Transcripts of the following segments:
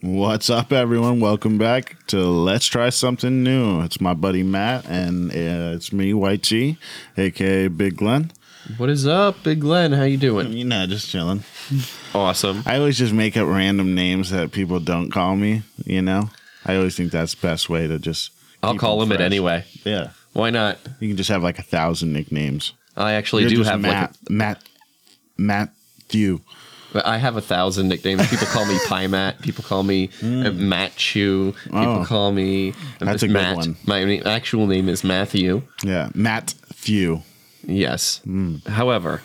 What's up, everyone? Welcome back to Let's Try Something New. It's my buddy Matt, and uh, it's me, White G, aka Big Glen. What is up, Big Glen? How you doing? You know, just chilling. Awesome. I always just make up random names that people don't call me. You know, I always think that's the best way to just. I'll keep call him it fresh. anyway. Yeah, Why not? you can just have like a thousand nicknames. I actually You're do just have Matt, Matt, Matt, Matthew. like a, I have a thousand nicknames. People call me Pie Matt. People call me uh, Matt Chew. People Hmm. Oh. call me uh, That's a good Matt. one. My na- actual name is Matthew. Yeah, Matt Few. Yes. Hmm. However,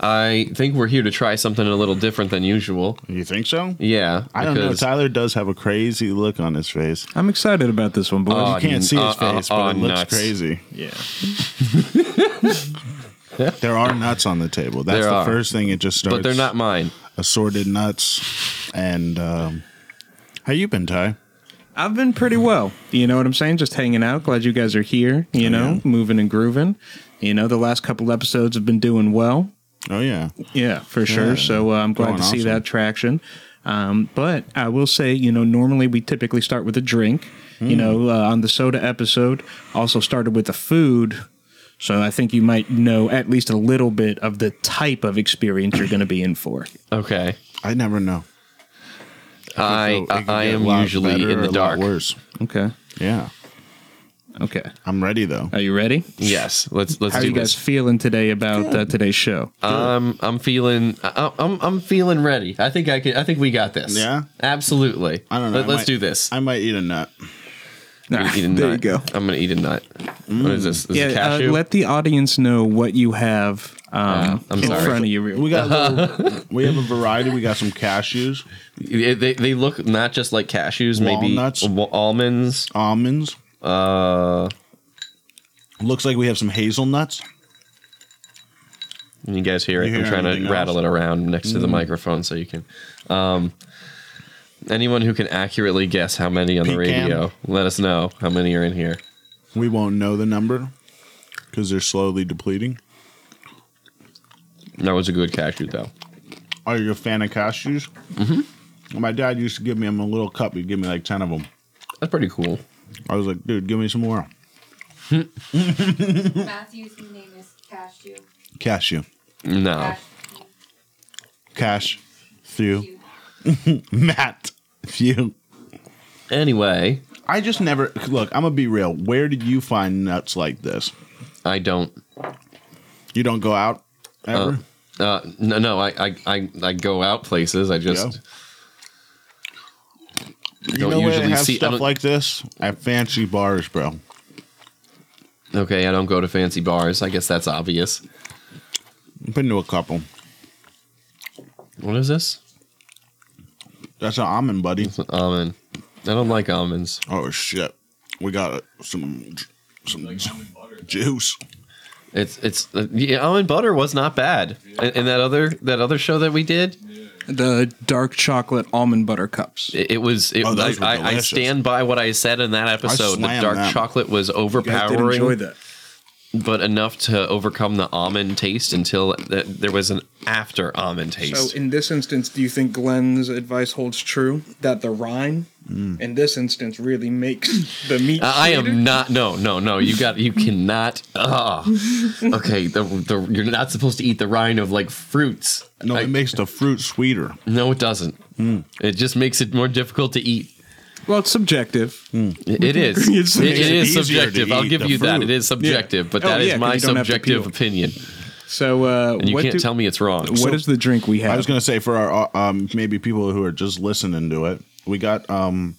I think we're here to try something a little different than usual. You think so? Yeah. I don't know. because- Tyler does have a crazy look on his face. I'm excited about this one, boys. Oh, You can't see his Uh, uh, face, uh, but it looks nuts. crazy. yeah. There are nuts on the table. That's There the are. first thing. It just starts. But they're not mine. assorted nuts. And um, how you been, Ty? I've been pretty well. You know what I'm saying? Just hanging out. Glad you guys are here. You know, moving and grooving. You know, the last couple episodes have been doing well. Oh yeah, Yeah, for sure. So uh, I'm glad Going to see awesome. that traction. Um, but I will say, you know, normally we typically start with a drink. You know, uh, on the soda episode, also started with the food. So I think you might know at least a little bit of the type of experience you're going to be in for. Okay. I never know. So I it I, could I get a am lot usually better in or a the lot dark. Worse. Okay. Yeah, Okay. I'm ready though. Are you ready? Yes. Let's let's How are do you guys this. feeling today about uh, today's show? Um, I'm feeling, I- I'm, I'm feeling ready. I think I can. I think we got this. Yeah? absolutely. I don't know. Let, I us might- do this. I might eat a nut. I'm gonna eat a there nut. you go. I'm gonna eat a nut. What is this? Is it Yeah, uh, cashew? let the audience know what you have um, I'm in sorry. front of you. real- We got a little, we have a variety. We got some cashews, Yeah, they, they look not just like cashews, Walnuts? maybe wa- almonds. almonds. Uh, Looks like we have some hazelnuts. you guys hear it? You I'm hear trying to anything rattle else? Mm. it around next to the microphone so you can. Um, anyone who can accurately guess how many on the Pecan. radio, let us know how many are in here. We won't know the number because they're slowly depleting. That was a good cashew though. Are you a fan of cashews? Mm-hmm. My dad used to give me them in a little cup. He'd give me like 10 of them. That's pretty cool. I was like, dude, give me some more. Matthew's name is Cashew. Cashew. Oh. No. Cashew. Cash. Few. Matt. Few. Anyway, I just never, look, I'm going to be real. Where did you find nuts like this? I don't. You don't go out ever? Uh, no, no, I, I, I, I go out places. I just you don't know where they usually have see- I stuff don't- like this? At fancy bars, bro. okay. I don't go to fancy bars. I guess that's obvious. I've been to a couple. What is this? That's an almond, buddy. It's an almond. I don't like almonds. Oh, shit. We got uh, some, some juice. It's it's uh, yeah, almond butter was not bad. And, and that other that other show that we did, The dark chocolate almond butter cups. it, it was. It, Oh, those were I, I, I delicious. stand by what I said in that episode. The slammed dark them. chocolate was You guys did enjoy overpowering, that. but enough to overcome the almond taste until th- there was an after almond taste. So in this instance, do you think Glenn's advice holds true that the rind, in this instance, really makes the meat? I I am sweeter? not. No, no, no. You got. You cannot. ah. Okay. The, the, you're not supposed to eat the rind of like fruits. No, I- it makes the fruit sweeter. No, it doesn't. Hmm. It just makes it more difficult to eat. Well, it's subjective. It it is. It's- it, Makes it it is easier to subjective. I'll eat give the you that. fruit. It is subjective, but Oh, that is yeah, 'cause my you don't have to subjective peel. opinion. So uh, And you what can't do, tell me it's wrong. What is the drink we have? I was going to say for our uh, um, maybe people who are just listening to it, we got um,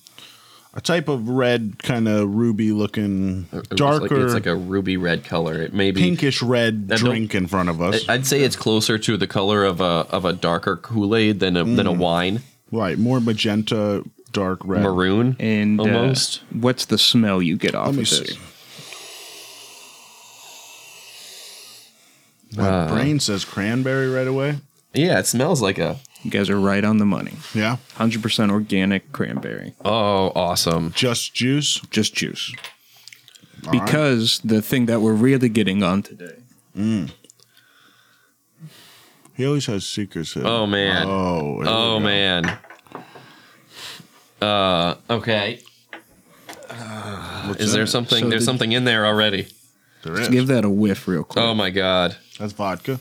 a type of red, kind of ruby looking, It looks like- darker, It's like a ruby red color. It may be. pinkish red don't- drink in front of us. I'd say it's closer to the color of a of a darker Kool Aid than a Mm. than a wine. right, more magenta, dark red. Maroon. and uh, almost. what's the smell you get off Let of me this? see. My Uh, brain says cranberry right away. yeah, it smells like a. You guys are right on the money. Yeah, 100% organic cranberry, Oh, awesome. just juice. just juice. All right. because the thing that we're really getting on today. he always has secrets. hidden. Oh, man. Oh, here we Oh go. man. Uh, okay. is there something? So there's the- something in there already. There Let's is. give that a whiff real quick. Um, Oh my god. That's vodka.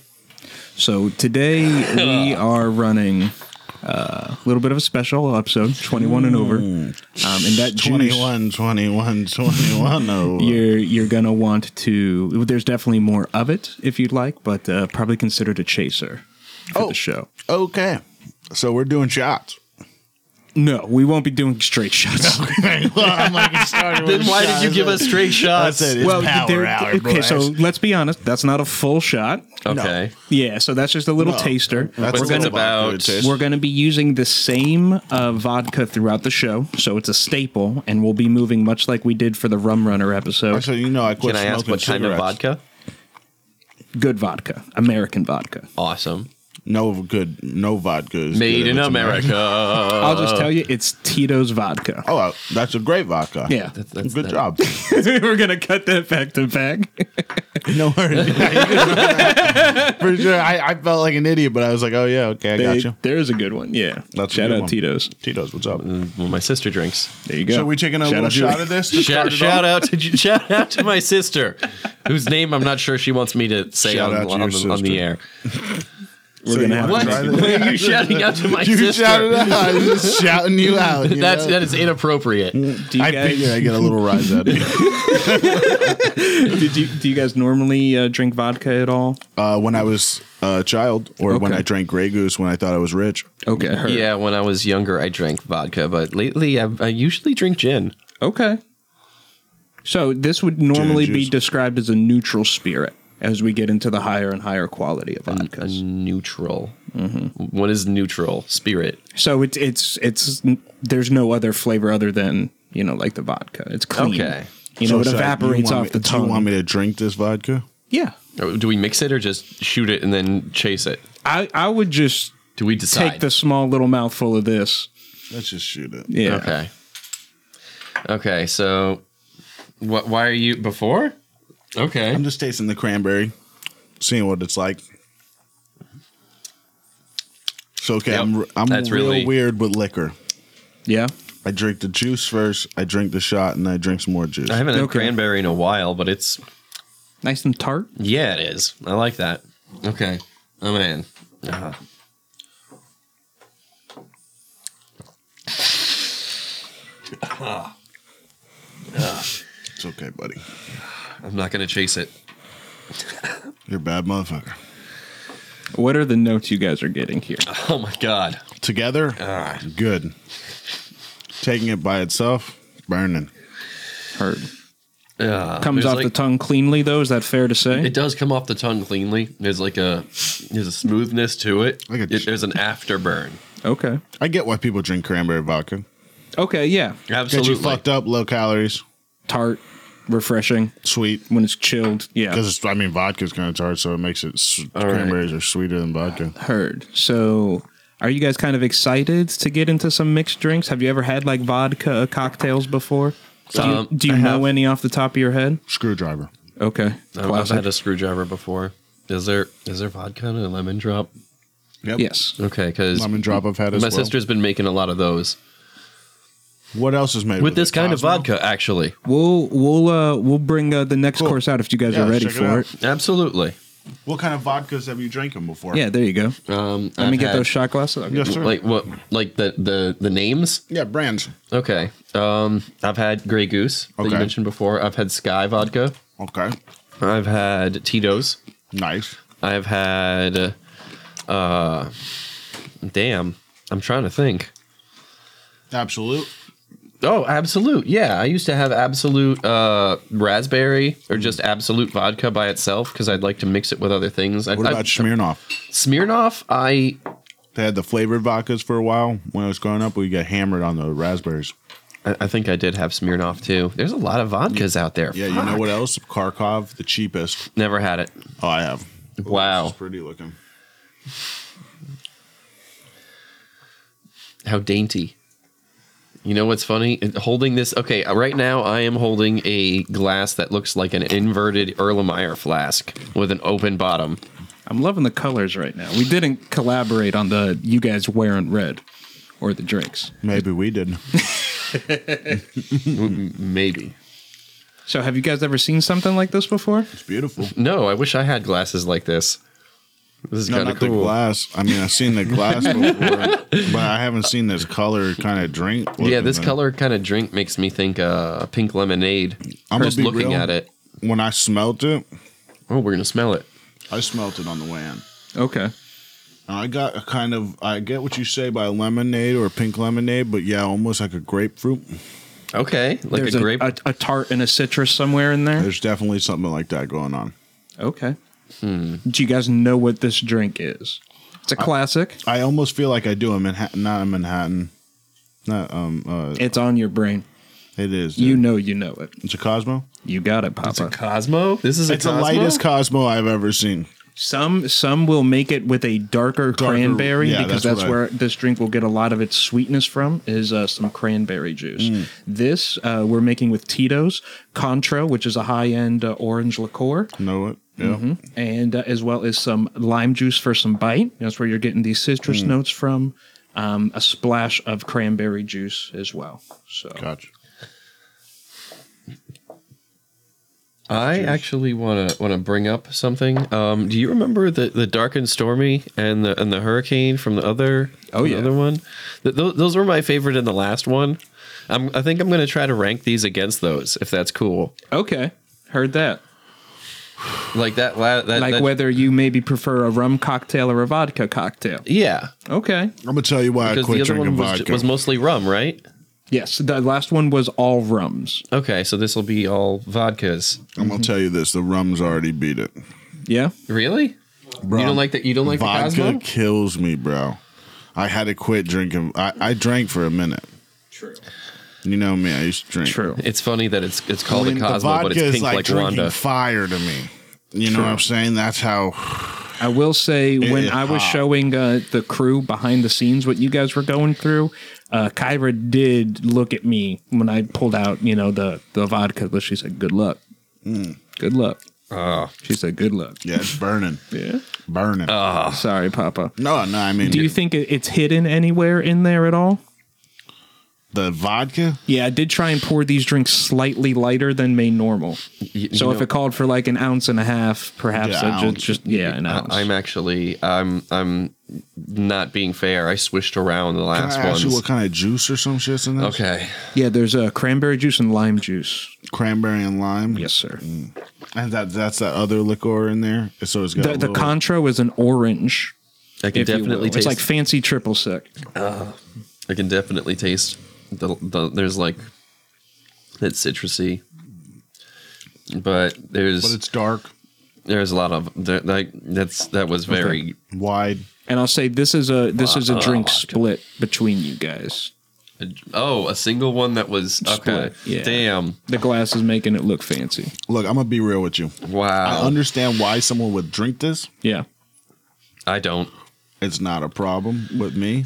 So today we are running uh, a little bit of a special episode, 21 and over. Um, and that juice, 21, 21, 21. Oh, you're, you're going to want to, there's definitely more of it if you'd like, but uh, probably considered a chaser for Oh. the show. okay. So we're doing shots. No, we won't be doing straight shots. well, I'm like, it started with Then why did you shots. give us straight shots? That's it. It's well, power there- hour, okay, boys. so let's be honest. That's not a full shot. Okay. Yeah, so that's just a little No. taster. That's What's a it little about? vodka taste. We're going to be using the same uh, vodka throughout the show, so it's a staple, and we'll be moving much like we did for the Rum Runner episode. Actually, you know, I quit Can I smoking ask what kind of cigarettes. vodka? Good vodka, American vodka. Awesome. No good. No vodka. is Made good in if it's America. I'll just tell you, it's Tito's vodka. Oh, uh, that's a great vodka. Yeah, That's- Good that- job. we're gonna cut that back to back. no worries. For sure. I, I felt like an idiot, but I was like, oh, yeah, okay, I got you. There's a good one. Yeah, That's a shout good out one. Tito's. Tito's, what's up? Well, my sister drinks. There you go. So we taking a Shout little out to- shot of this? to start it Shout, shout off? out to shout out to my sister, whose name I'm not sure she wants me to say Shout on, out to on, your the, on the sister. air. We're So gonna you have wanna What? try to try this? Why are you shouting out to my You sister? shouted out. I was just shouting you out. you That's know? that is inappropriate. Do you I guys- figured I get a little rise out of it. Did you, do you guys normally uh, drink vodka at all? Uh, when I was a child, or when Okay. I drank Grey Goose, when I thought I was rich. Okay. heard. Yeah, when I was younger, I drank vodka, but lately I, I usually drink gin. Okay. So this would normally be juice. described as a neutral spirit as we get into the higher and higher quality of A vodkas. neutral. Mm-hmm. What is neutral spirit? So it's it's it's n- there's no other flavor other than you know like the vodka. It's clean. Okay. You know it sorry, evaporates you want off me- the tongue. Do you want me to drink this vodka? yeah. Or Oh, Do we mix it or just shoot it and then chase it? I I would just Do we decide? take the small little mouthful of this. Let's just shoot it. Yeah. Okay. Okay. So, what? Why are you before? Okay. I'm just tasting the cranberry, seeing what it's like. So okay, Yep, I'm I'm that's real really- weird with liquor. Yeah. I drink the juice first, I drink the shot, and I drink some more juice. I haven't had Okay. cranberry in a while, but it's Nice and tart. yeah, it is. I like that. Okay. I'm in. Uh-huh. It's okay, buddy. I'm not gonna chase it. You're a bad motherfucker. What are the notes you guys are getting here? Oh my god. Together, Uh, good. Taking it by itself, burning. Heard. Uh, Comes there's off like- the tongue cleanly though. Is that fair to say? It does come off the tongue cleanly. There's like a there's a smoothness to it. Like a- It- there's an afterburn. okay. I get why people drink cranberry vodka. Okay. Yeah. Get Absolutely. you fucked up, low calories, tart, refreshing sweet. when it's chilled. Yeah, Because I mean, vodka's kind of tart, so it makes it. s All right. Cranberries are sweeter than vodka. heard. So, are you guys kind of excited to get into some mixed drinks? Have you ever had like vodka cocktails before? Do you, Um, do you I know have. any off the top of your head? Screwdriver. Okay, I've- I've Classic. had a screwdriver before. Is there is there vodka in a lemon drop? Yep. yes. Okay, because Lemon drop I've had as my well. sister's been making a lot of those What else is made with this it? kind of Cosmo? vodka. Actually, We'll we'll uh, we'll bring uh, the next Cool. course out if you guys Yeah, are ready check it for out. it. absolutely. What kind of vodkas have you drinking before? Yeah, there you go. Um, Let I've me get had- those shot glasses. Okay. Yes, sir. Like what? Like the the the names? yeah, brands. Okay. Um, I've had Grey Goose that Okay. you mentioned before. I've had Sky Vodka. Okay. I've had Tito's. Nice. I've had, uh, damn, I'm trying to think. Absolute. Oh, absolute. Yeah, I used to have absolute uh, raspberry or just absolute vodka by itself because I'd like to mix it with other things. I, What I, about Smirnoff? Smirnoff? I They had the flavored vodkas for a while when I was growing up. We got hammered on the raspberries. I I think I did have Smirnoff too. There's a lot of vodkas out there. Yeah, you know what else? Kharkov, the cheapest. Never had it. Oh, I have. Wow, It's pretty looking. how dainty. You know what's funny? Holding this. Okay, uh, right now I am holding a glass that looks like an inverted Erlenmeyer flask with an open bottom. I'm loving the colors right now. We didn't collaborate on the you guys wearing red. or the drinks. Maybe we did. Maybe. So, have you guys ever seen something like this before? It's beautiful. No, I wish I had glasses like this. This is No, kind not of the cool. glass. I mean, I've seen the glass before, but I haven't seen this color kind of drink. yeah, looking this thing. color kind of drink makes me think uh, pink lemonade. I'm gonna First be looking real. at it. When I smelt it, Oh, we're gonna smell it. I smelt it on the way in. Okay. And I got a kind of, I get what you say by lemonade or pink lemonade, but yeah, almost like a grapefruit. Okay, like There's a grape. a, a tart and a citrus somewhere in there. There's definitely something like that going on. Okay. Do you guys know what this drink is? It's a classic. I almost feel like I do a Manhattan, not a Manhattan. Not, um, uh, It's on your brain. it is. You dude. know, you know it. it's a Cosmo. You got it, Papa. it's a Cosmo. This is a It's the Cosmo. lightest Cosmo I've ever seen. Some some will make it with a darker, cranberry yeah, because that's that's, what I- where this drink will get a lot of its sweetness from is uh, some cranberry juice. This uh, we're making with Tito's Contra, which is a high end uh, orange liqueur, Know it? Yeah. Mm-hmm. and uh, as well as some lime juice for some bite. That's where you're getting these citrus notes from. Um, a splash of cranberry juice as well. So Gotcha. I actually want to want to bring up something. Um, do you remember the, the dark and stormy and the and the hurricane from the other Oh, the yeah. other one? Th- tho- those were my favorite in the last one. I'm, I think I'm going to try to rank these against those if that's cool. okay, heard that. Like that la- that Like that- whether you maybe prefer a rum cocktail or a vodka cocktail. yeah Okay. I'm gonna tell you why because I quit the other drinking one was, vodka. was mostly rum, right? Yes, the last one was all rums. Okay, so this will be all vodkas. I'm gonna tell you this: the rum's already beat it. Yeah. Really? Bro, You don't like that? You don't like the Um, vodka Cosmo? kills me, bro. I had to quit drinking. I, I drank for a minute. True. You know me. I used to drink. True. It's funny that it's it's I called mean, a Cosmo, but it's pink like, drinking Wanda. fire to me. You know what I'm saying? That's how. I will say when is I was hot. showing uh, the crew behind the scenes what you guys were going through, uh, Kyra did look at me when I pulled out, you know, the the vodka, but she said, "Good luck, good luck." Oh. She said, "Good luck." Mm. Yeah, Ah. it's burning, Yeah. burning. Uh, Sorry, Papa. no, no. I mean, Do you think it- it's hidden anywhere in there at all? the vodka? Yeah, I did try and pour these drinks slightly lighter than may normal. so if it called for like an ounce and a half, perhaps Yeah, I ju- ounce. just, yeah, an I- ounce. I'm actually I'm I'm not being fair. I swished around the Can I last ask you what ones. kind of juice or some shit's in this? Okay. yeah, there's a uh, cranberry juice and lime juice. Cranberry and lime. Yes, sir. And that that's that other liqueur in there. So it's got The, a the little- Contra is an orange. I can if you definitely will. It's taste like fancy triple sec. I can definitely taste the, the there's like that citrusy. But there's but it's dark, there's a lot of there, like that's that was very wide. And I'll say this is a this is a drink Fuck. split between you guys. oh a single one that was okay Split, yeah. damn The glass is making it look fancy. Look, I'm gonna be real with you. I Uh, wow understand why someone would drink this. Yeah. I don't It's not a problem with me.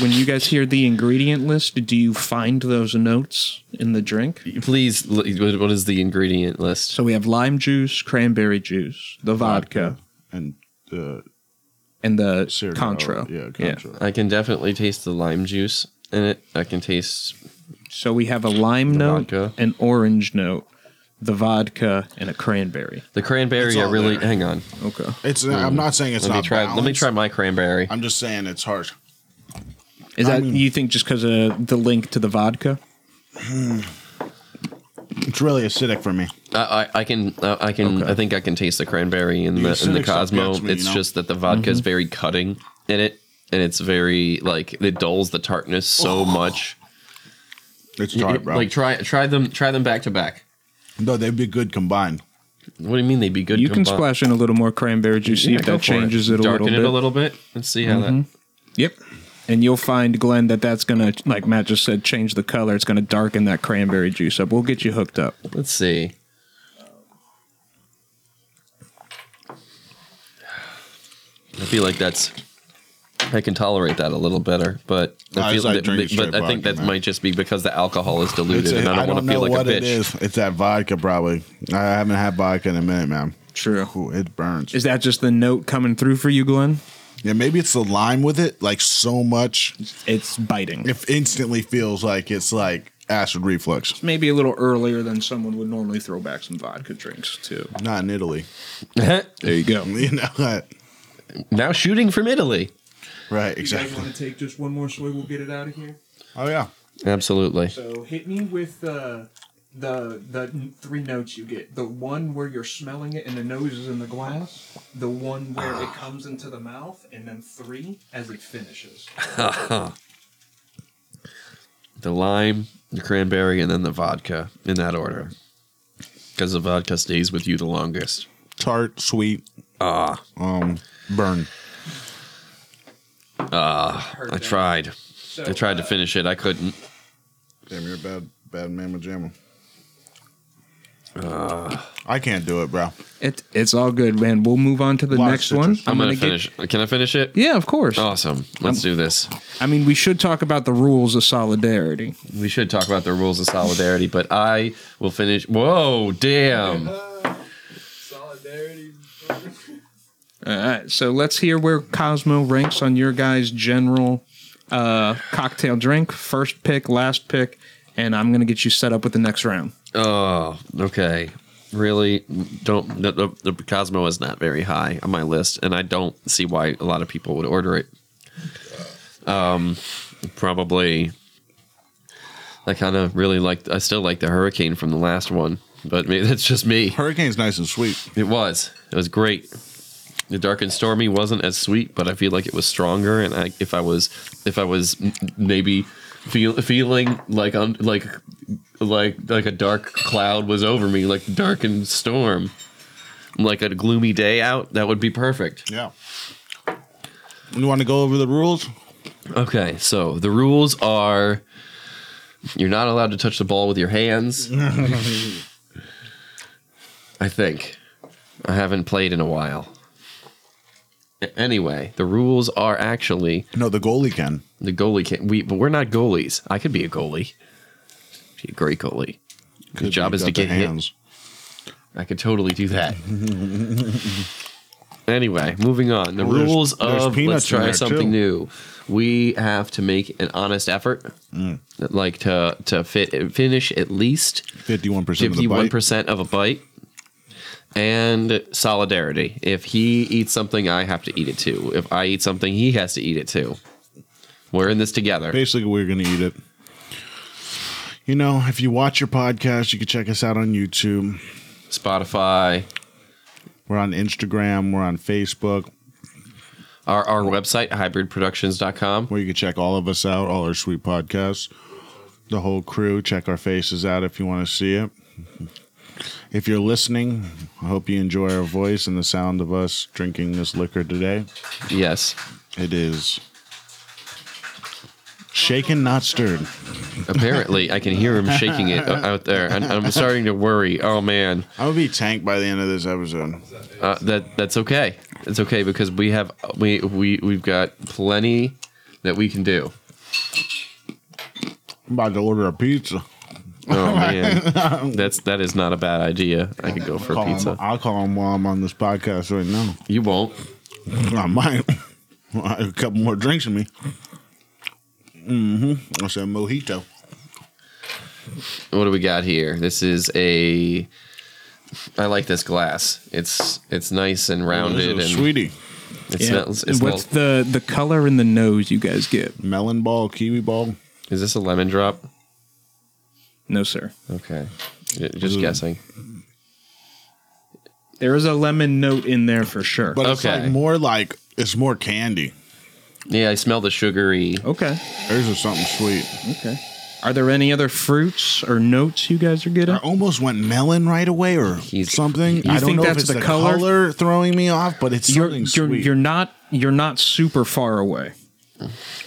When you guys hear the ingredient list, do you find those notes in the drink? Please, l- what what is the ingredient list? So we have lime juice, cranberry juice, the vodka, and uh, and the cereal. Contra. Yeah, Contra. I can definitely taste the lime juice in it. I can taste. So we have a lime The note, vodka. an orange note, the vodka, and a cranberry. The It's cranberry, I all really. there. Hang on. Okay. It's. I'm not saying it's mm. let me not. try. Let me balanced. try my cranberry. I'm just saying it's harsh. Is I that mean- you think just because of the link to the vodka? It's really acidic for me. I, I, I can. Uh, I can. I think I can taste the cranberry in The the in the acidic stuff Cosmo. gets me, you it's know? just that the vodka Mm-hmm. is very cutting in it, and it's very like it dulls the tartness so much. It's tart, bro. Like try try them try them back to back. no, they'd be good combined. What do you mean they'd be good? You can combi- splash in a little more cranberry juice, see Yeah, if go that for changes it, a Darken little bit. Mm-hmm. it a little bit. Let's see how that. Yep. And you'll find, Glenn, that that's going to, like Matt just said, change the color. It's going to darken that cranberry juice up. We'll get you hooked up. Let's see. I feel like that's. I can tolerate that a little better, but I I feel, just like but- drinking but straight I think vodka, that man. might just be because the alcohol is diluted, It's a- and I I don't want don't to know feel like what a it bitch. is. It's that vodka, probably. I haven't had vodka in a minute, man. True. Ooh, it burns. Is that just the note coming through for you, Glenn? Yeah, maybe it's the lime with it, like so much, It's biting. it instantly feels like it's like acid reflux. Maybe a little earlier than someone would normally throw back some vodka drinks too. Not in Italy. There you go. You know what? now shooting from Italy. Right, exactly. to take just one more swig? We'll get it out of here. Oh, yeah. Absolutely. So hit me with uh, the the three notes you get. The one where you're smelling it and the nose is in the glass. The one where it Ah. comes into the mouth, and then three as it finishes. The lime, the cranberry, and then the vodka in that order. Because the vodka stays with you the longest. Tart, sweet. Ah. Um, burn. I tried. I tried to finish it. I couldn't. Damn, you're a bad, bad mamma jamma. I can't do it, bro. It, it's all good, man. We'll move on to the Lots next of one. interest. I'm, gonna, get- finish. Oh. Can I finish it? Yeah, of course. Awesome. Let's do this. I mean, we should talk about the rules of solidarity. We should talk about the rules of solidarity, but I will finish. Whoa, damn. All right, so let's hear where Cosmo ranks on your guys' general uh, cocktail drink. First pick, last pick, and I'm gonna get you set up with the next round. Oh, okay. Really, don't the, the, the Cosmo is not very high on my list, and I don't see why a lot of people would order it. Um, probably. I kind of really like. I still like the Hurricane from the last one, but maybe that's just me. Hurricane's nice and sweet. It was. It was great. The dark and stormy wasn't as sweet, but I feel like it was stronger. And I, if I was, if I was m- maybe feel, feeling like on like like like a dark cloud was over me, like dark and storm, like a gloomy day out, that would be perfect. Yeah. You want to go over the rules? Okay, so the rules are: you're not allowed to touch the ball with your hands. I think. I haven't played in a while. A- Anyway, the rules are actually No, the goalie can. the goalie can we but we're not goalies. I could be a goalie. Be a great goalie. The job is to get hit. I could totally do that. anyway, moving on. The Well, there's- rules there's of peanuts let's in try there, something too. new. We have to make an honest effort, Mm. like to to fit finish at least Fifty-one percent of the fifty-one bite. percent of a bite, and solidarity. If he eats something, I have to eat it too. If I eat something, he has to eat it too. We're in this together. Basically, we're gonna eat it. You know, if you watch your podcast, you can check us out on YouTube. Spotify, We're on Instagram. We're on Facebook, our our website hybridproductions.com. where you can check all of us out, all our sweet podcasts, the whole crew. Check our faces out if you want to see it. If you're listening, I hope you enjoy our voice and the sound of us drinking this liquor today. Yes, It is shaken, not stirred. apparently I can hear him shaking it o- out there, and I'm starting to worry. Oh man, I'm gonna be tanked by the end of this episode. uh, that that's okay. It's okay because we have we we we've got plenty that we can do. I'm about to order a pizza. Oh man, that's that is not a bad idea. I could go for a Call him- pizza. I'll call him while I'm on this podcast right now. You won't. I might. I have a couple more drinks in me. Mm-hmm. I said mojito. What do we got here? This is a. I like this glass. It's it's nice and rounded This and is sweetie. It smells. It smells. What's the the color in the nose you guys get? Melon ball, kiwi ball. is this a lemon drop? No, sir. Okay, J- just guessing. There is a lemon note in there for sure. But it's Okay. like more like it's more candy. Yeah, I smell the sugary. okay, There's just something sweet. okay. Are there any other fruits or notes you guys are getting? I almost went melon right away or He's- something. You I don't think know if that's it's the the, color? color? throwing me off, but it's You're something you're, sweet. you're not you're not super far away.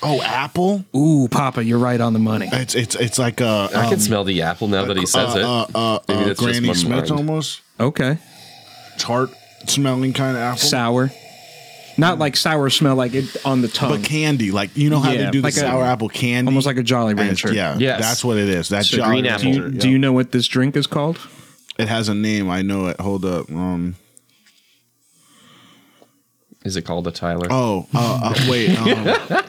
oh, apple. Ooh, Papa, you're right on the money. It's it's it's like a I can smell the apple now that he says it. Um, uh, uh, Maybe uh, that's just Granny my Smith mind. almost Okay, tart smelling kind of apple, sour. Not like sour smell like it on the tongue. but candy. Like you know how Um, Yeah, they do the like a- sour apple candy, Almost like a Jolly And it's- Rancher. Yeah, Yes. that's what it is. That's So green apple. Do you, do you know what this drink is called? It has a name. I know it. Hold up. Um, Is it called a Tyler? Oh, uh, uh, wait. Um,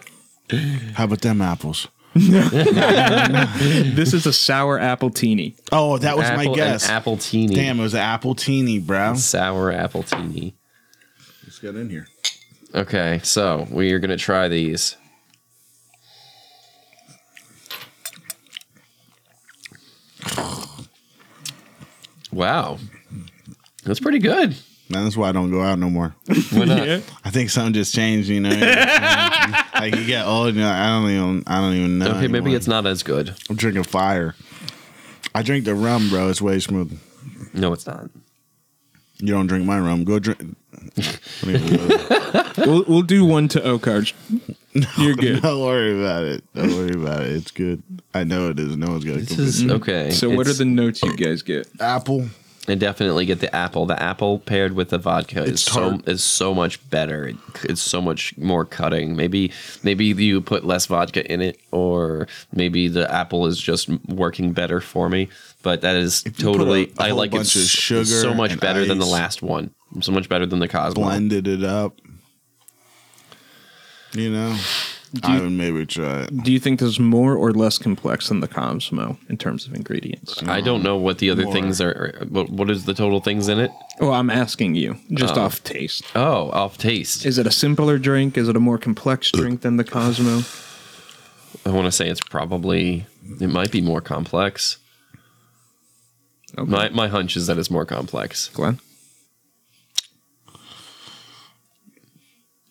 how about them apples? This is a sour apple teeny. Oh, that was apple, my guess. An apple teeny. Damn, it was an apple teeny, bro. Sour apple teeny. Let's get in here. Okay, so we are gonna try these. Wow, that's pretty good. Man, that's why I don't go out no more. Why not? I think something just changed, you know. like you get old, and you're like, I don't even, I don't even know. Okay, maybe anymore. it's not as good. I'm drinking fire. I drink the rum, bro. It's way smooth. No, it's not. You don't drink my rum. Go drink. I don't even know. We'll, we'll do one to Okarj. You're good. Don't worry about it. Don't worry about it. It's good. I know it is. No one's gonna. This complain. is okay. So, what are it's- the notes you guys get? apple. I definitely get the apple. The apple paired with the vodka It's is so tart. is so much better. It, it's so much more cutting. Maybe maybe you put less vodka in it, or maybe the apple is just working better for me. But that is you put totally. a- a I whole like it bunch of s- sugar so much and better than the ice. last one. So much better than the Cosmo. Blended it up. You know, I would maybe try it. Do you think this is more or less complex than the Cosmo in terms of ingredients? I don't know what the other More. things are. What, what is the total things in it? Well, Oh, I'm asking you, just off taste. Oh, off taste. Is it a simpler drink? Is it a more complex drink than the Cosmo? I want to say it's probably. It might be more complex. Okay. My my hunch is that it's more complex. Glenn?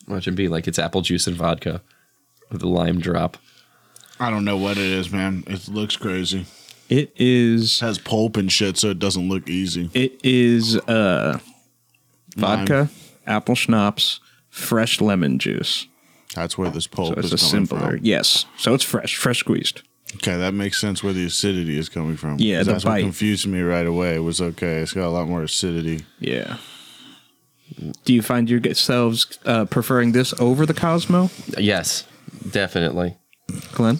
Watch it be like it's apple juice and vodka with a lime drop. I don't know what it is, man. It looks crazy. It It is. has pulp and shit, so it doesn't look easy. It is uh, vodka, apple schnapps, fresh lemon juice. That's where this pulp So is it's a coming simpler. from. Yes. So it's fresh, fresh squeezed. Okay, that makes sense where the acidity is coming from. Yeah, 'Cause the that's bite. what confused me right away. It was okay. It's got a lot more acidity. Yeah. Do you find yourselves uh, preferring this over the Cosmo, Yes, definitely. Glenn?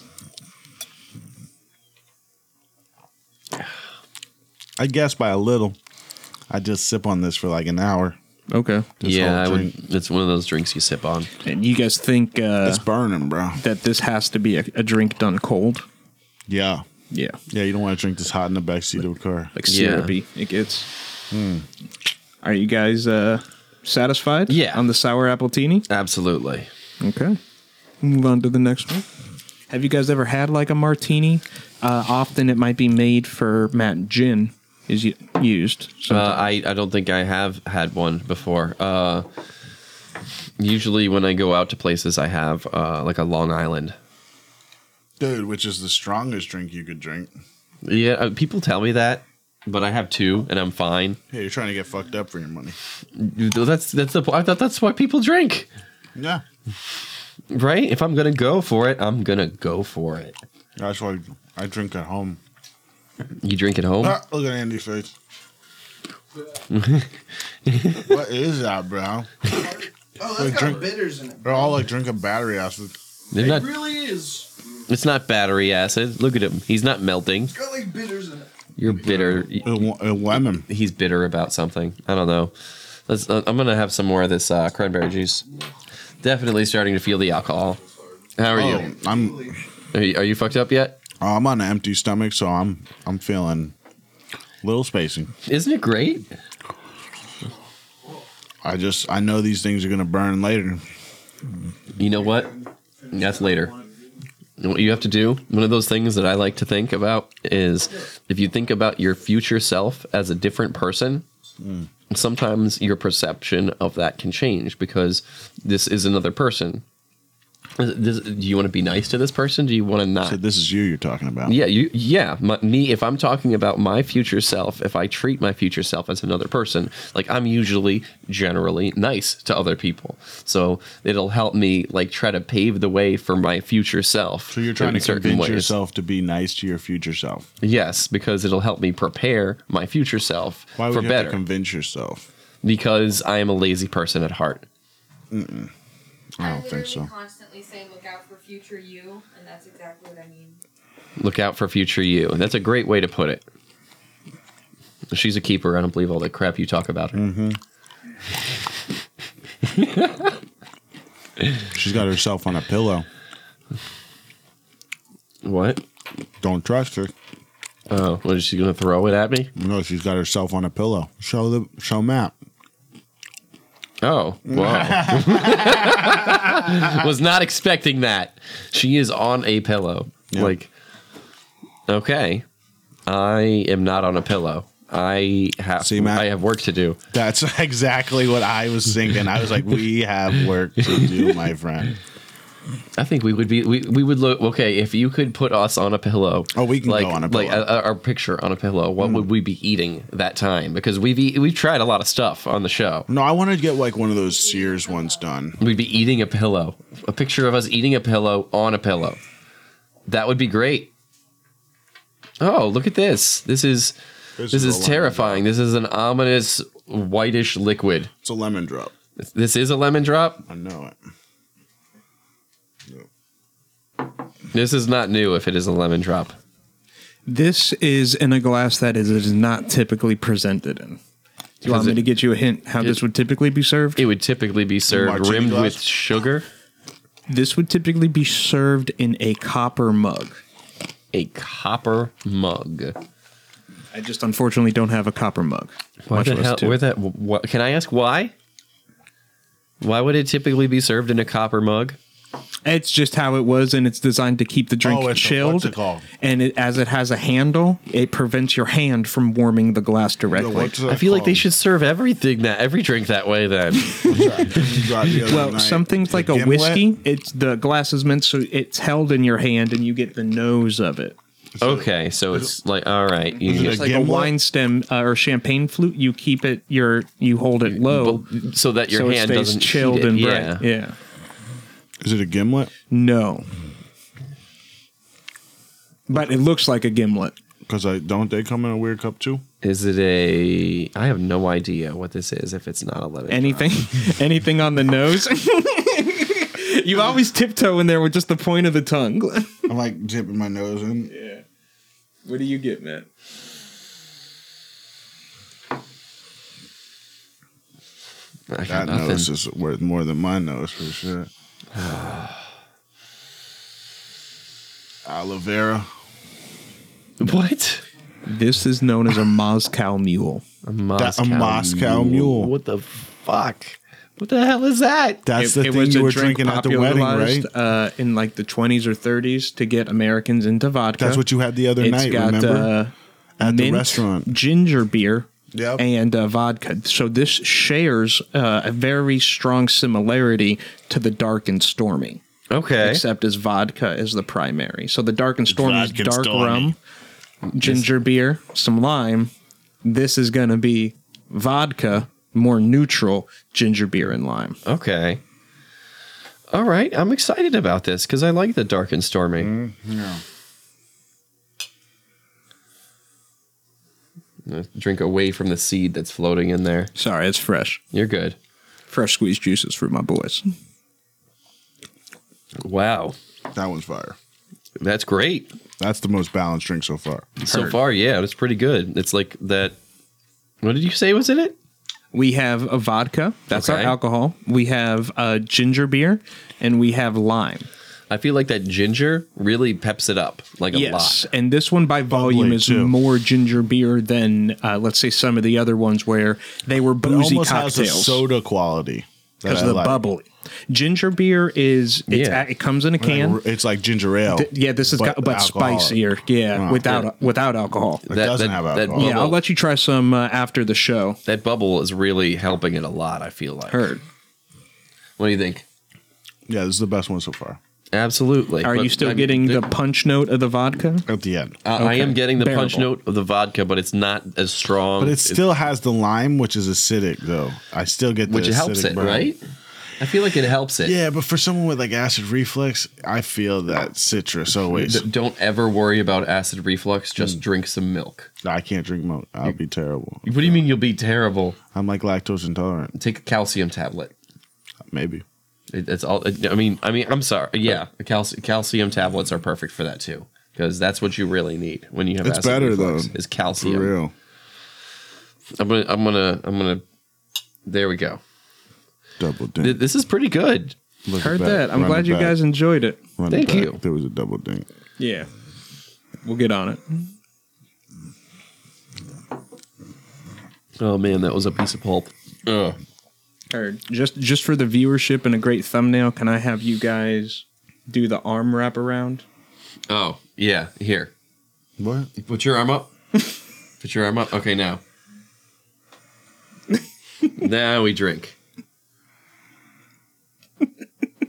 I guess by a little. I just sip on this for like an hour. Okay. This yeah, I whole would, it's one of those drinks you sip on. And you guys think uh, It's burning, bro. that this has to be a, a drink done cold? Yeah. Yeah. Yeah, you don't want to drink this hot in the backseat of a car. Like Yeah. syrupy. It gets. Hmm. Are you guys uh, satisfied? Yeah. On the sour apple teeny? Absolutely. Okay. Move on to the next one. Have you guys ever had like a martini? Uh, often it might be made for Matt gin is u- used. So Uh, I I don't think I have had one before. Uh, usually when I go out to places, I have uh, like a Long Island. Dude, which is the strongest drink you could drink. Yeah, uh, people tell me that, but I have two and I'm fine. Hey, you're trying to get fucked up for your money. That's that's the I thought that's what people drink, Yeah. right? If I'm gonna go for it, I'm gonna go for it. That's why I drink at home. You drink at home? Ah, look at Andy's face. what is that, bro? Oh, Like, that's got drink- bitters in it. They're all like drinking battery acid. They're It not really is. It's not battery acid. Look at him. He's not melting. It's got like bitters in it. You're bitter. A, wa- a lemon. He's bitter about something. I don't know. Let's. Uh, I'm gonna have some more of this uh, cranberry juice. Definitely starting to feel the alcohol. How are Oh, you? I'm Holy sh- Are you? Are you fucked up yet? Oh, I'm on an empty stomach, so I'm I'm feeling little spacing. Isn't it great? I just I know these things are gonna burn later. You know what? That's later. And What you have to do, one of those things that I like to think about is if you think about your future self as a different person, sometimes your perception of that can change because this is another person. This- do you want to be nice to this person? Do you want to not? So this is you you're talking about. Yeah, you. Yeah, my, me. If I'm talking about my future self, if I treat my future self as another person, like I'm usually generally nice to other people, so it'll help me like try to pave the way for my future self. So you're trying in to certain convince ways. yourself to be nice to your future self. Yes, because it'll help me prepare my future self Why would for you better. have to convince yourself? because I am a lazy person at heart. I don't think literally so. constantly say look out for future you, and that's exactly what I mean. Look out for future you. That's a great way to put it. Mm-hmm. She's a keeper. I don't believe all the crap you talk about her. She's got herself on a pillow. What? Don't trust her. Oh, what is she gonna throw it at me? No, she's got herself on a pillow. Show the show map. Oh, wow. Was not expecting that. She is on a pillow. Yeah. Like, okay, I am not on a pillow. I have See, Matt? I have work to do. That's exactly what I was thinking. I was like, we have work to do, my friend. I think we would be we, we would look okay if you could put us on a pillow. Oh, we can like, go on a like pillow. Hmm. uh, our picture on a pillow. What would we be eating that time? Because we've eat, we've tried a lot of stuff on the show. No, I want to get like one of those Sears ones done. We'd be eating a pillow. A picture of us eating a pillow on a pillow. That would be great. Oh, look at this. This is this, a is, lemon- terrifying. This is an ominous whitish liquid. It's a lemon drop. This is a lemon drop. I know it. This is not new if it is a lemon drop. This is in a glass that is, is not typically presented in. Do you want Because me it- to get you a hint how this it- would typically be served? It would typically be served Martini rimmed glass? with sugar. this would typically be served in a copper mug. A copper mug. I just unfortunately don't have a copper mug. Why Much the less hell? two. Where that? What, can I ask why? Why would it typically be served in a copper mug? It's just how it was, and it's designed to keep the drink Oh, it's a- chilled. what's it called? And it, as it has a handle, it prevents your hand from warming the glass No, directly. what's that I feel like they called? should serve everything that every drink that way. Then You got the other well, night. some things like a Gimlet? whiskey, it's the glass is meant so it's held in your hand, and you get the nose of it. okay, so it's like all right. You Is it get- It's like gimlet? a wine stem uh, or champagne flute. You keep it, your you hold it low, so that your so it hand stays doesn't chilled heat it. and yeah. bright. Yeah. Is it a gimlet? No. But it looks like a gimlet. Because I don't they come in a weird cup too? Is it a? I have no idea what this is if it's not a lemon. Anything, anything on the nose. you always tiptoe in there with just the point of the tongue. I'm like dipping my nose in. yeah. What do you get, man? drop. I That got nothing. nose is worth more than my nose for sure. Aloe vera. What? This is known as a Moscow mule. A Moscow, Moscow mule. What the fuck? What the hell is that? That's the it thing was you a were drink drinking at the wedding, right? popularized, Uh, in like the 20s or 30s to get Americans into vodka. That's what you had the other It's night, remember? Uh, At the mint, restaurant. ginger beer, Yep. and uh, vodka. So this shares uh, a very strong similarity to the dark and stormy, Okay. except as vodka is the primary. So the dark and stormy is Vodka and dark Stormy. rum, ginger beer, some lime. This is going to be vodka, more neutral, ginger beer and lime. Okay. All right, I'm excited about this because I like the dark and stormy. Uh, Drink away from the seed that's floating in there. Sorry, it's fresh. You're good. Fresh squeezed juices for my boys. Wow, That one's fire. that's great. That's the most balanced drink so far. So far, yeah, it's pretty good. It's like that. What did you say was in it? We have a vodka. That's our Okay. alcohol. We have uh, ginger beer, and we have lime. I feel like that ginger really peps it up like a yes, lot. and this one by volume is too. more ginger beer than uh, let's say some of the other ones where they were But it boozy almost has a cocktails soda quality. that because I of the like. bubble. Ginger beer is it's, Yeah. a- it comes in a Like, can. r- It's like ginger ale. Th- yeah, this is oh, but got, but alcoholic. spicier. Yeah, Oh, without without alcohol. It doesn't have alcohol. bubble, Yeah, I'll let you try some uh, after the show. that bubble is really helping it a lot. I feel like. Heard. What do you think? Yeah, this is the best one so far. Absolutely. Are But you still I'm- getting th- the punch note of the vodka? At the end. I- I am getting the punch Bearable. note of the vodka, but it's not as strong. But it still has the lime, which is acidic, though. I still get the which acidic helps it, burn. right? I feel like it helps it. Yeah, but for someone with like acid reflux, I feel that citrus always. D- Don't ever worry about acid reflux. Just drink some milk. I can't drink milk. I'll be terrible. What do you mean you'll be terrible? I'm like lactose intolerant. Take a calcium tablet. Maybe. It, it's all. it- I mean, I mean, I'm sorry. Yeah, cal- calcium tablets are perfect for that too, because that's what you really need when you have. It's acid better, reflux, though. Is For calcium. real. I'm gonna. I'm gonna. I'm gonna. There we go. Double Th- dink. This is pretty good. Look Heard at that. I'm Run glad it you back. guys enjoyed it. Run it Thank back. you. There was a double dink. Yeah. We'll get on it. Oh man, that was a piece of pulp. Ugh. Heard. Just just for the viewership and a great thumbnail, can I have you guys do the arm wrap around? Oh yeah, here. What? You Put your arm up. Put your arm up. Okay, now. now we drink.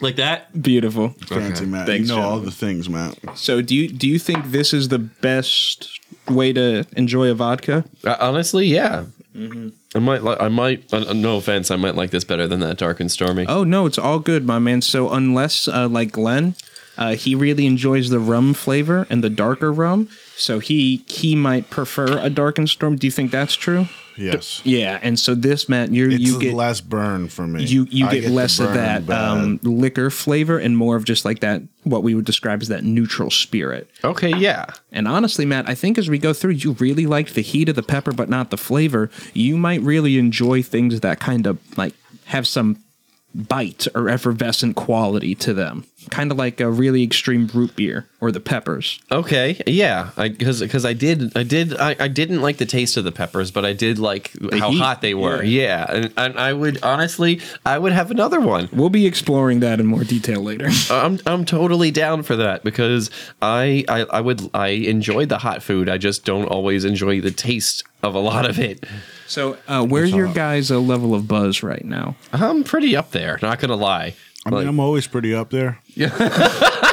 like that? Beautiful. Fancy Matt. Thanks, you know all gentlemen. the things, Matt. So do you do you think this is the best way to enjoy a vodka? Uh, honestly, yeah. Mm-hmm. I might like. I might. Uh, uh, no offense. I might like this better than that dark and stormy. Oh no, it's all good, my man. So unless uh, like Glenn, uh, he really enjoys the rum flavor and the darker rum, so he he might prefer a dark and storm. Do you think that's true? Yes. Yeah, and so this Matt, you It's you you get less burn for me. you you I get, the less of burn that bad. um, liquor flavor and more of just like that what we would describe as that neutral spirit. Okay, yeah. And honestly, Matt, I think as we go through, you really liked the heat of the pepper, but not the flavor. You might really enjoy things that kind of like have some bite or effervescent quality to them, kind of like a really extreme root beer or the peppers. Okay, yeah. I because because I did I did I, I didn't like the taste of the peppers, but I did like how heat, hot they were. yeah. Yeah, And, and I would honestly I would have another one. Uh, We'll be exploring that in more detail later. I'm I'm totally down for that because I, I I would I enjoyed the hot food. I just don't always enjoy the taste of a lot of it. So, uh, where's your guys' uh, level of buzz right now? I'm pretty up there, not gonna lie. I mean, Like- I'm always pretty up there. Yeah.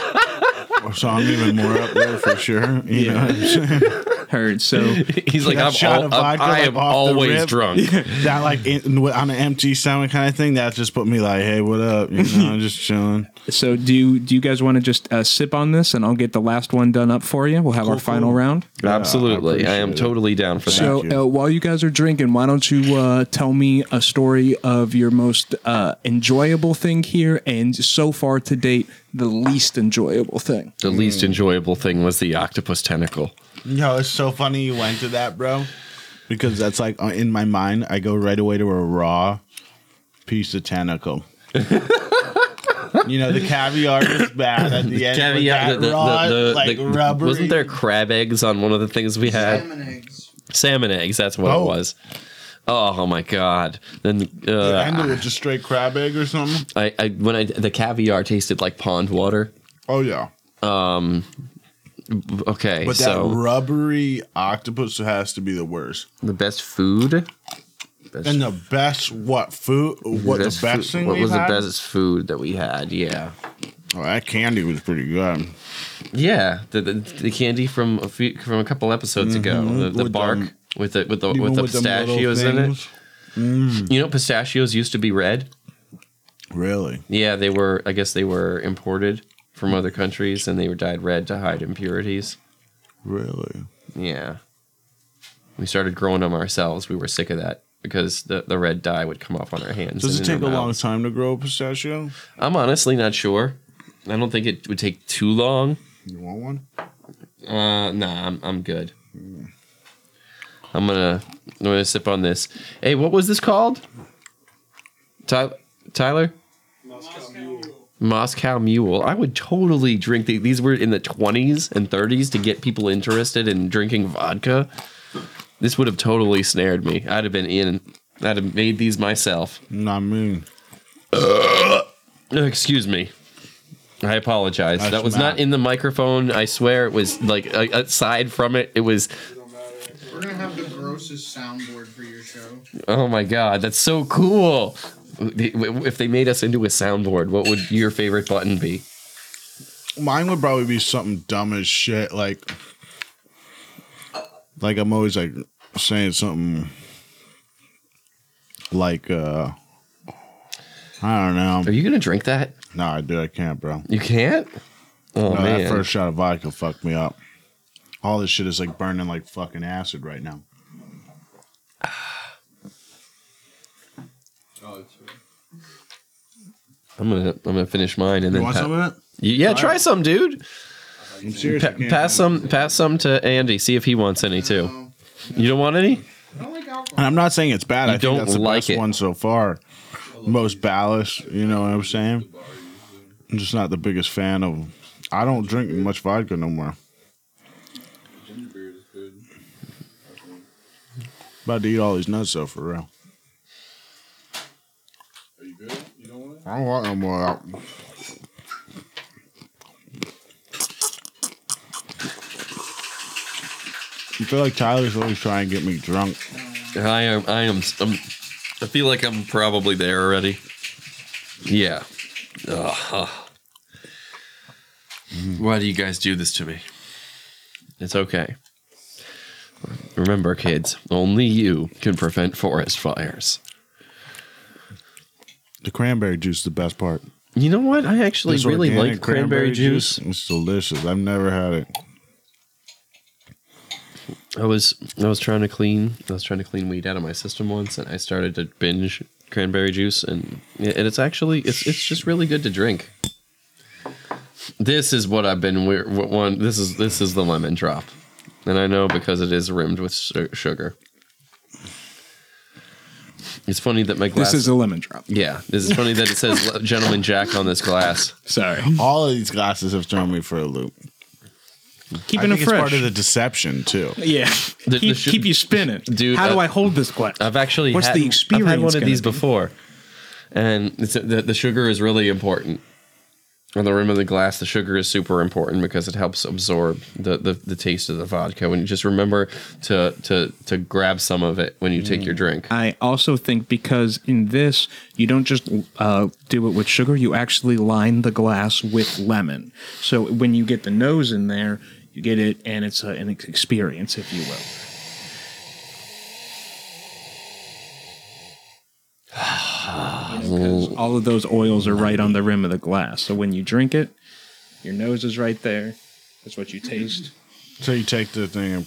so I'm even more up there for sure. You know what I'm saying? Heard. So, He's like That I'm shot all, of I'm- vodka, I like, am off the always rip. drunk. that like in, on an empty stomach kind of thing. That just put me like, hey, what up? You know, I'm just chilling. so do you, do you guys want to just uh, sip on this, and I'll get the last one done up for you? We'll have our final round. Absolutely, I, appreciate am it. totally down for that. Thank you. So uh, while you guys are drinking, why don't you uh, tell me a story of your most uh, enjoyable thing here, and so far to date, the least enjoyable thing? The hmm. least enjoyable thing was the octopus tentacle. Yo, it's so funny you went to that, bro. Because that's like uh, in my mind, I go right away to a raw piece of tentacle. you know, the caviar is bad at the end. with Caveat, that the- the- raw, the- the- like the- rubbery. Wasn't there crab eggs on one of the things we had? Salmon eggs. Salmon eggs. That's what Oh. it was. Oh, my god! Then It uh, ended with just straight crab egg or something. I, I when I the caviar tasted like pond water. Oh yeah, Okay, but so that rubbery octopus has to be the worst. the best food. Best And the best what food? What the best, food- thing? What we've was had? the best food that we had? Yeah, Oh, that candy was pretty good. yeah. The the, the candy from a few, from a couple episodes ago. The, the Mm-hmm. With bark them- with the with the Even with the them little pistachios in it. things. You know, pistachios used to be red. Really? Yeah, they were. I guess they were imported from other countries, and they were dyed red to hide impurities. Really? Yeah, we started growing them ourselves. We were sick of that because the, the red dye would come off on our hands. Does it and in take a our long mouths. time to grow a pistachio? I'm honestly not sure. I don't think it would take too long. You want one? Uh, nah, I'm I'm good. I'm gonna I'm gonna sip on this. Hey, what was this called? Tyler, Tyler, Moscow Mule. I would totally drink the, these. Were in the 20s and 30s to get people interested in drinking vodka. This would have totally snared me. I'd have been in. I'd have made these myself. Not me. Uh, Excuse me. I apologize. That's that was Matt. not in the microphone. I swear it was like uh, aside from it. It was We're gonna have the grossest soundboard for your show. Oh my god, that's so cool. If they made us into a soundboard, what would your favorite button be? Mine would probably be something dumb as shit. Like, like I'm always like saying something like, uh, I don't know. Are you gonna drink that? Nah, dude, I can't, bro. You can't. Oh No, man. that first shot of vodka fucked me up. All this shit is like burning like fucking acid right now. Oh, I'm gonna I'm gonna finish mine and You then want pa- some of it? Y- yeah, try some, dude. I'm serious. Pa- I can't. pass some pass some to Andy. See if he wants any too. No. You don't want any? I don't like awful. And I'm not saying it's bad. You I don't think that's the like best it. one so far. Most ballast, you know what I'm saying? I'm just not the biggest fan of. I don't drink much vodka no more. Ginger beer is good. That's one. About to eat all these nuts though, for real. Are you good? You don't want it? I don't want no more out. I feel like Tyler's always trying to get me drunk. I am. I am. I'm, I feel like I'm probably there already. Yeah. Ugh. Why do you guys do this to me? It's okay. Remember, kids, only you can prevent forest fires. The cranberry juice is the best part. You know what? I actually This really organic like cranberry, juice. It's delicious. I've never had it. I was I was trying to clean I was trying to clean weed out of my system once, and I started to binge cranberry juice, and and it's actually it's it's just really good to drink. This is what I've been weir- what one. This is this is the lemon drop, and I know because it is rimmed with su- sugar. It's funny that my glass. This is a lemon drop. yeah, this is funny that it says "Gentleman Jack" on this glass. Sorry. All of these glasses have thrown me for a loop. Keeping I it think it's fresh. part of the deception too. yeah. The- keep, the sh- keep you spinning. Dude, How do uh, I hold this glass? I've actually What's had, the experience I've had one of gonna these be? before, and it's, the, the sugar is really important. On the rim of the glass, the sugar is super important because it helps absorb the, the, the taste of the vodka. And just remember to to to grab some of it when you take Mm. your drink. I also think because in this, you don't just uh, do it with sugar, you actually line the glass with lemon. So when you get the nose in there, you get it, and it's a, an ex- experience, if you will. All of those oils are right on the rim of the glass. So when you drink it, your nose is right there. That's what you taste. So you take the thing and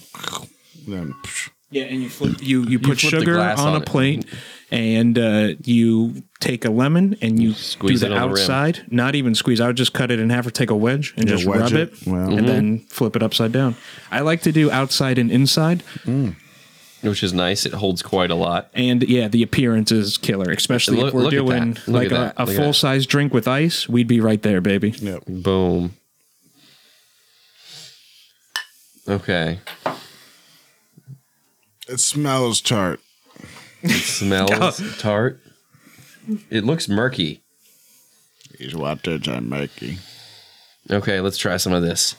then psh, Yeah, and you flip you you put flip the sugar glass on, on a it. plate, and uh, you take a lemon and you Squeeze do it the on the rim. outside. Not even squeeze. I would just cut it in half or take a wedge and Yeah, just wedge rub it. it, Wow. Mm-hmm. and then flip it upside down. I like to do outside and inside, which is nice. It holds quite a lot. and yeah, the appearance is killer. Especially Look- if we're look at that. doing Look like at that. a, a Look at full that. size drink with ice, we'd be right there, baby. yep. Boom. Okay. It smells tart. It Oh. smells tart. It looks murky. He's what did I make you? Okay, let's try some of this.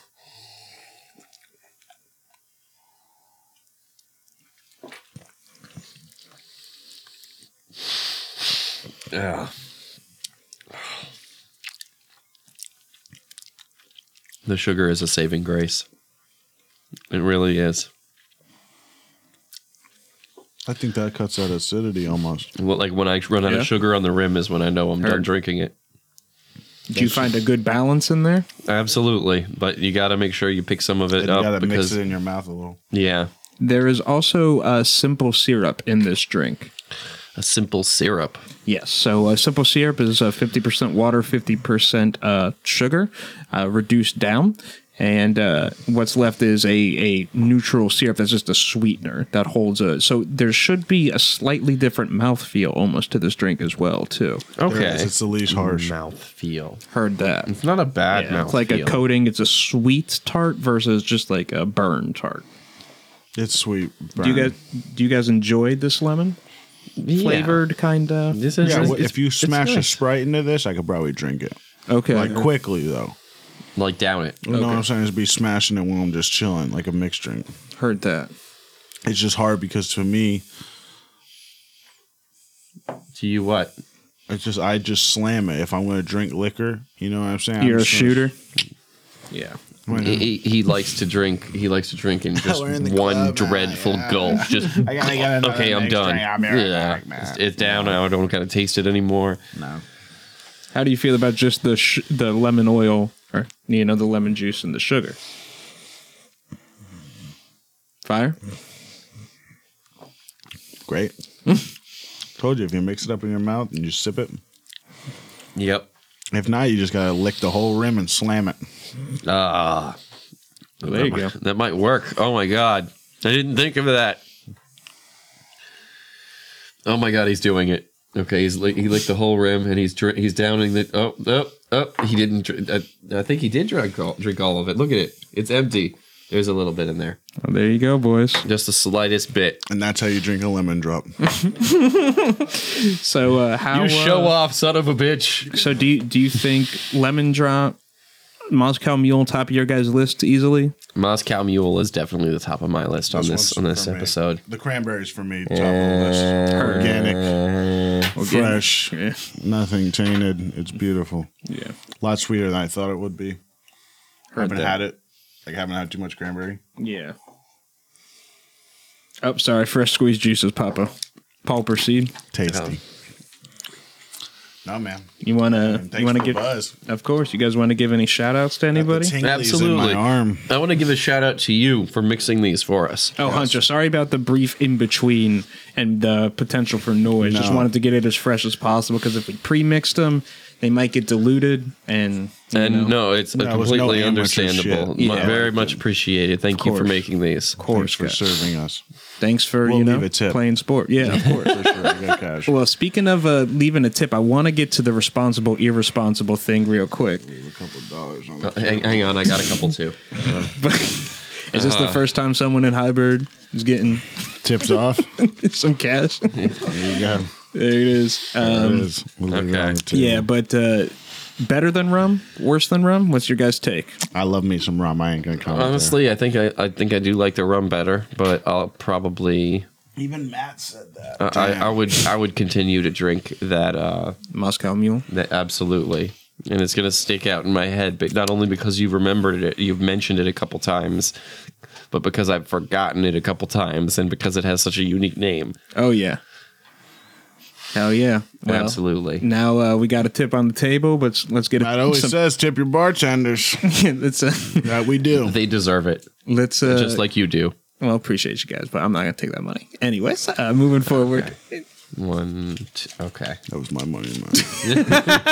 Yeah. The sugar is a saving grace. It really is. I think that cuts out acidity almost. Well, Like when I run out Yeah. of sugar on the rim is when I know I'm done Heard. drinking it. Did you find a good balance in there? Absolutely, but you got to make sure you pick some of it And you up gotta mix because it in your mouth a little. yeah, There is also a simple syrup in this drink. a simple syrup. Yes. So uh, simple syrup is uh, 50% water, 50% uh, sugar, uh, reduced down. And uh, what's left is a, a neutral syrup that's just a sweetener that holds a. So there should be a slightly different mouthfeel almost to this drink as well, too. There it Okay, is. It's the Mm. least harsh. mouth feel. Heard that. It's not a bad Yeah, mouth. it's like a coat. coating. It's a sweet tart versus just like a burn tart. It's sweet. Do you Brian. guys do you guys enjoy this lemon flavored kind of? This is Yeah, it's- wh- it's- if you it's smash a nice. sprite into this, I could probably drink it. okay. Like quickly though. like down it. You know what I'm saying? Just be smashing it when I'm just chilling, like a mixed drink. Heard that. It's just hard because for me, To you what? it's just I just slam it. If I'm gonna drink liquor, you know what I'm saying? I'm You're a just gonna- shooter. Yeah. Why He, not? he, he likes to drink. He likes to drink in just We're in the one club, man. dreadful gulp. Just I gotta get another okay, I'm mixed done. drink. I'll be right yeah, back, man. it's, it's down. now. I don't gotta taste it anymore. No. How do you feel about just the sh- the lemon oil or you know the lemon juice and the sugar? Fire. Great. Told you if you mix it up in your mouth and you sip it. Yep. If not, you just gotta lick the whole rim and slam it. Ah, Well, there you that go. might- That might work. Oh my god, I didn't think of that. Oh my god, he's doing it. Okay, he's lick, he licked the whole rim and he's dri- he's downing the oh oh oh. He didn't. Dr- I, I think he did drink all, drink all of it. Look at it. It's empty. There's a little bit in there, Oh, there you go, boys. just the slightest bit. And that's how you drink a lemon drop. So uh, how Oh, You show uh, off, son of a bitch. So do you, do you think lemon drop, Moscow Mule, top of your guys' list easily? Moscow Mule is definitely the top of my list on this one's on this for me. episode. The cranberries for me, top of the list. Organic, fresh, Yeah, nothing tainted. It's beautiful. yeah. A lot sweeter than I thought it would be. haven't that. had it. Like haven't had too much cranberry. yeah. Oh, sorry. Fresh squeezed juices, Papa. Paul, proceed. Tasty. Um, no man. You wanna Thanks you wanna for give? the buzz. Of course. You guys want to give any shout outs to anybody? The tingly's Absolutely. In my arm. I want to give a shout out to you for mixing these for us. Oh, Hunter, sorry about the brief in between and the potential for noise. Just No. wanted to get it as fresh as possible because if we pre-mixed them, they might get diluted and you And know, no, it's uh No, it was no completely amateur understandable. shit. Mu- Yeah. Very much appreciated. Thank you for course. making these. of Thanks course, for guys. serving us. Thanks for We'll you know leave a tip. playing sport. Yeah. Of course, for sure. Good cash. Well, speaking of uh, leaving a tip, I want to get to the responsible, irresponsible thing real quick. a couple dollars on Uh, that. Hang, hang on, I got a couple too. Is this the Uh-huh. first time someone in Hybrid is getting Tipped off. some cash? there There you go. it is. There it Um, is. We'll leave it okay. on the table. yeah, but uh, better than rum, worse than rum. What's your guys' take? I love me some rum. I ain't gonna comment. Honestly, I think I, I think I do like the rum better, but I'll probably there. even Matt said that. Uh, I, I, Damn. I would I would continue to drink that uh Moscow Mule. that absolutely. And it's gonna stick out in my head, but not only because you've remembered it, you've mentioned it a couple times, but because I've forgotten it a couple times and because it has such a unique name. Oh yeah. Hell yeah. Well, absolutely. Now uh, we got a tip on the table, but s- let's get Matt a, always some. says tip your bartenders. let's uh, that we do. They deserve it. let's uh, just like you do. well appreciate you guys, but I'm not gonna take that money. Anyways, uh, moving forward. One, two, okay. That was my money, man.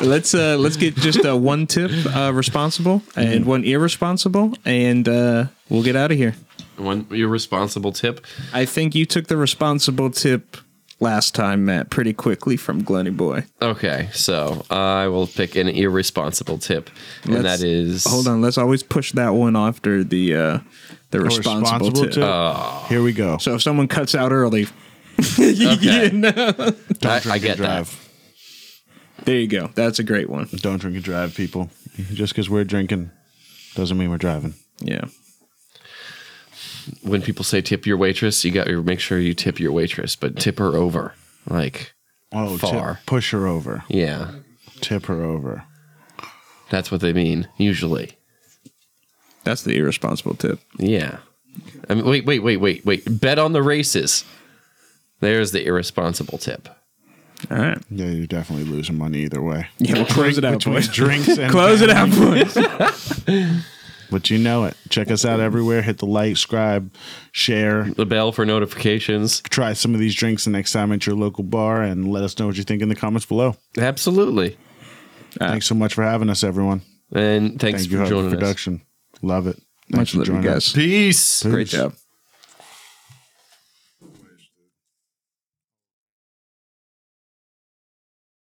let's uh let's get just uh, one tip uh responsible Mm-hmm. and one irresponsible and uh we'll get out of here One irresponsible tip. i think you took the responsible tip last time matt pretty quickly from glenny boy Okay, so I will pick an irresponsible tip, and Let's- that is hold on let's always push that one after the uh the responsible, responsible tip, tip. Oh. Here we go. so if someone cuts out early Okay. you know. I, Don't I drink and get that. drive. there you go that's a great one Don't drink and drive, people. Just because we're drinking doesn't mean we're driving. yeah When people say tip your waitress, you got to make sure you tip your waitress, but tip her over. Like, Oh, Far. Tip, push her over. yeah, Tip her over. that's what they mean usually. that's the irresponsible tip Yeah. I mean, wait, wait, wait, wait, wait. Bet on the races. There's the irresponsible tip. all right Yeah, you're definitely losing money either way. yeah we'll close it out Between boys drinks and close it out boys But you know it. Check us out everywhere. Hit the like, subscribe, share. The bell for notifications. Try some of these drinks the next time at your local bar and let us know what you think in the comments below. Absolutely. Thanks so much for having us, everyone. And thanks Thank you, for Hub joining us. Production. Love it. Thanks much for love you joining us. guys Peace. great job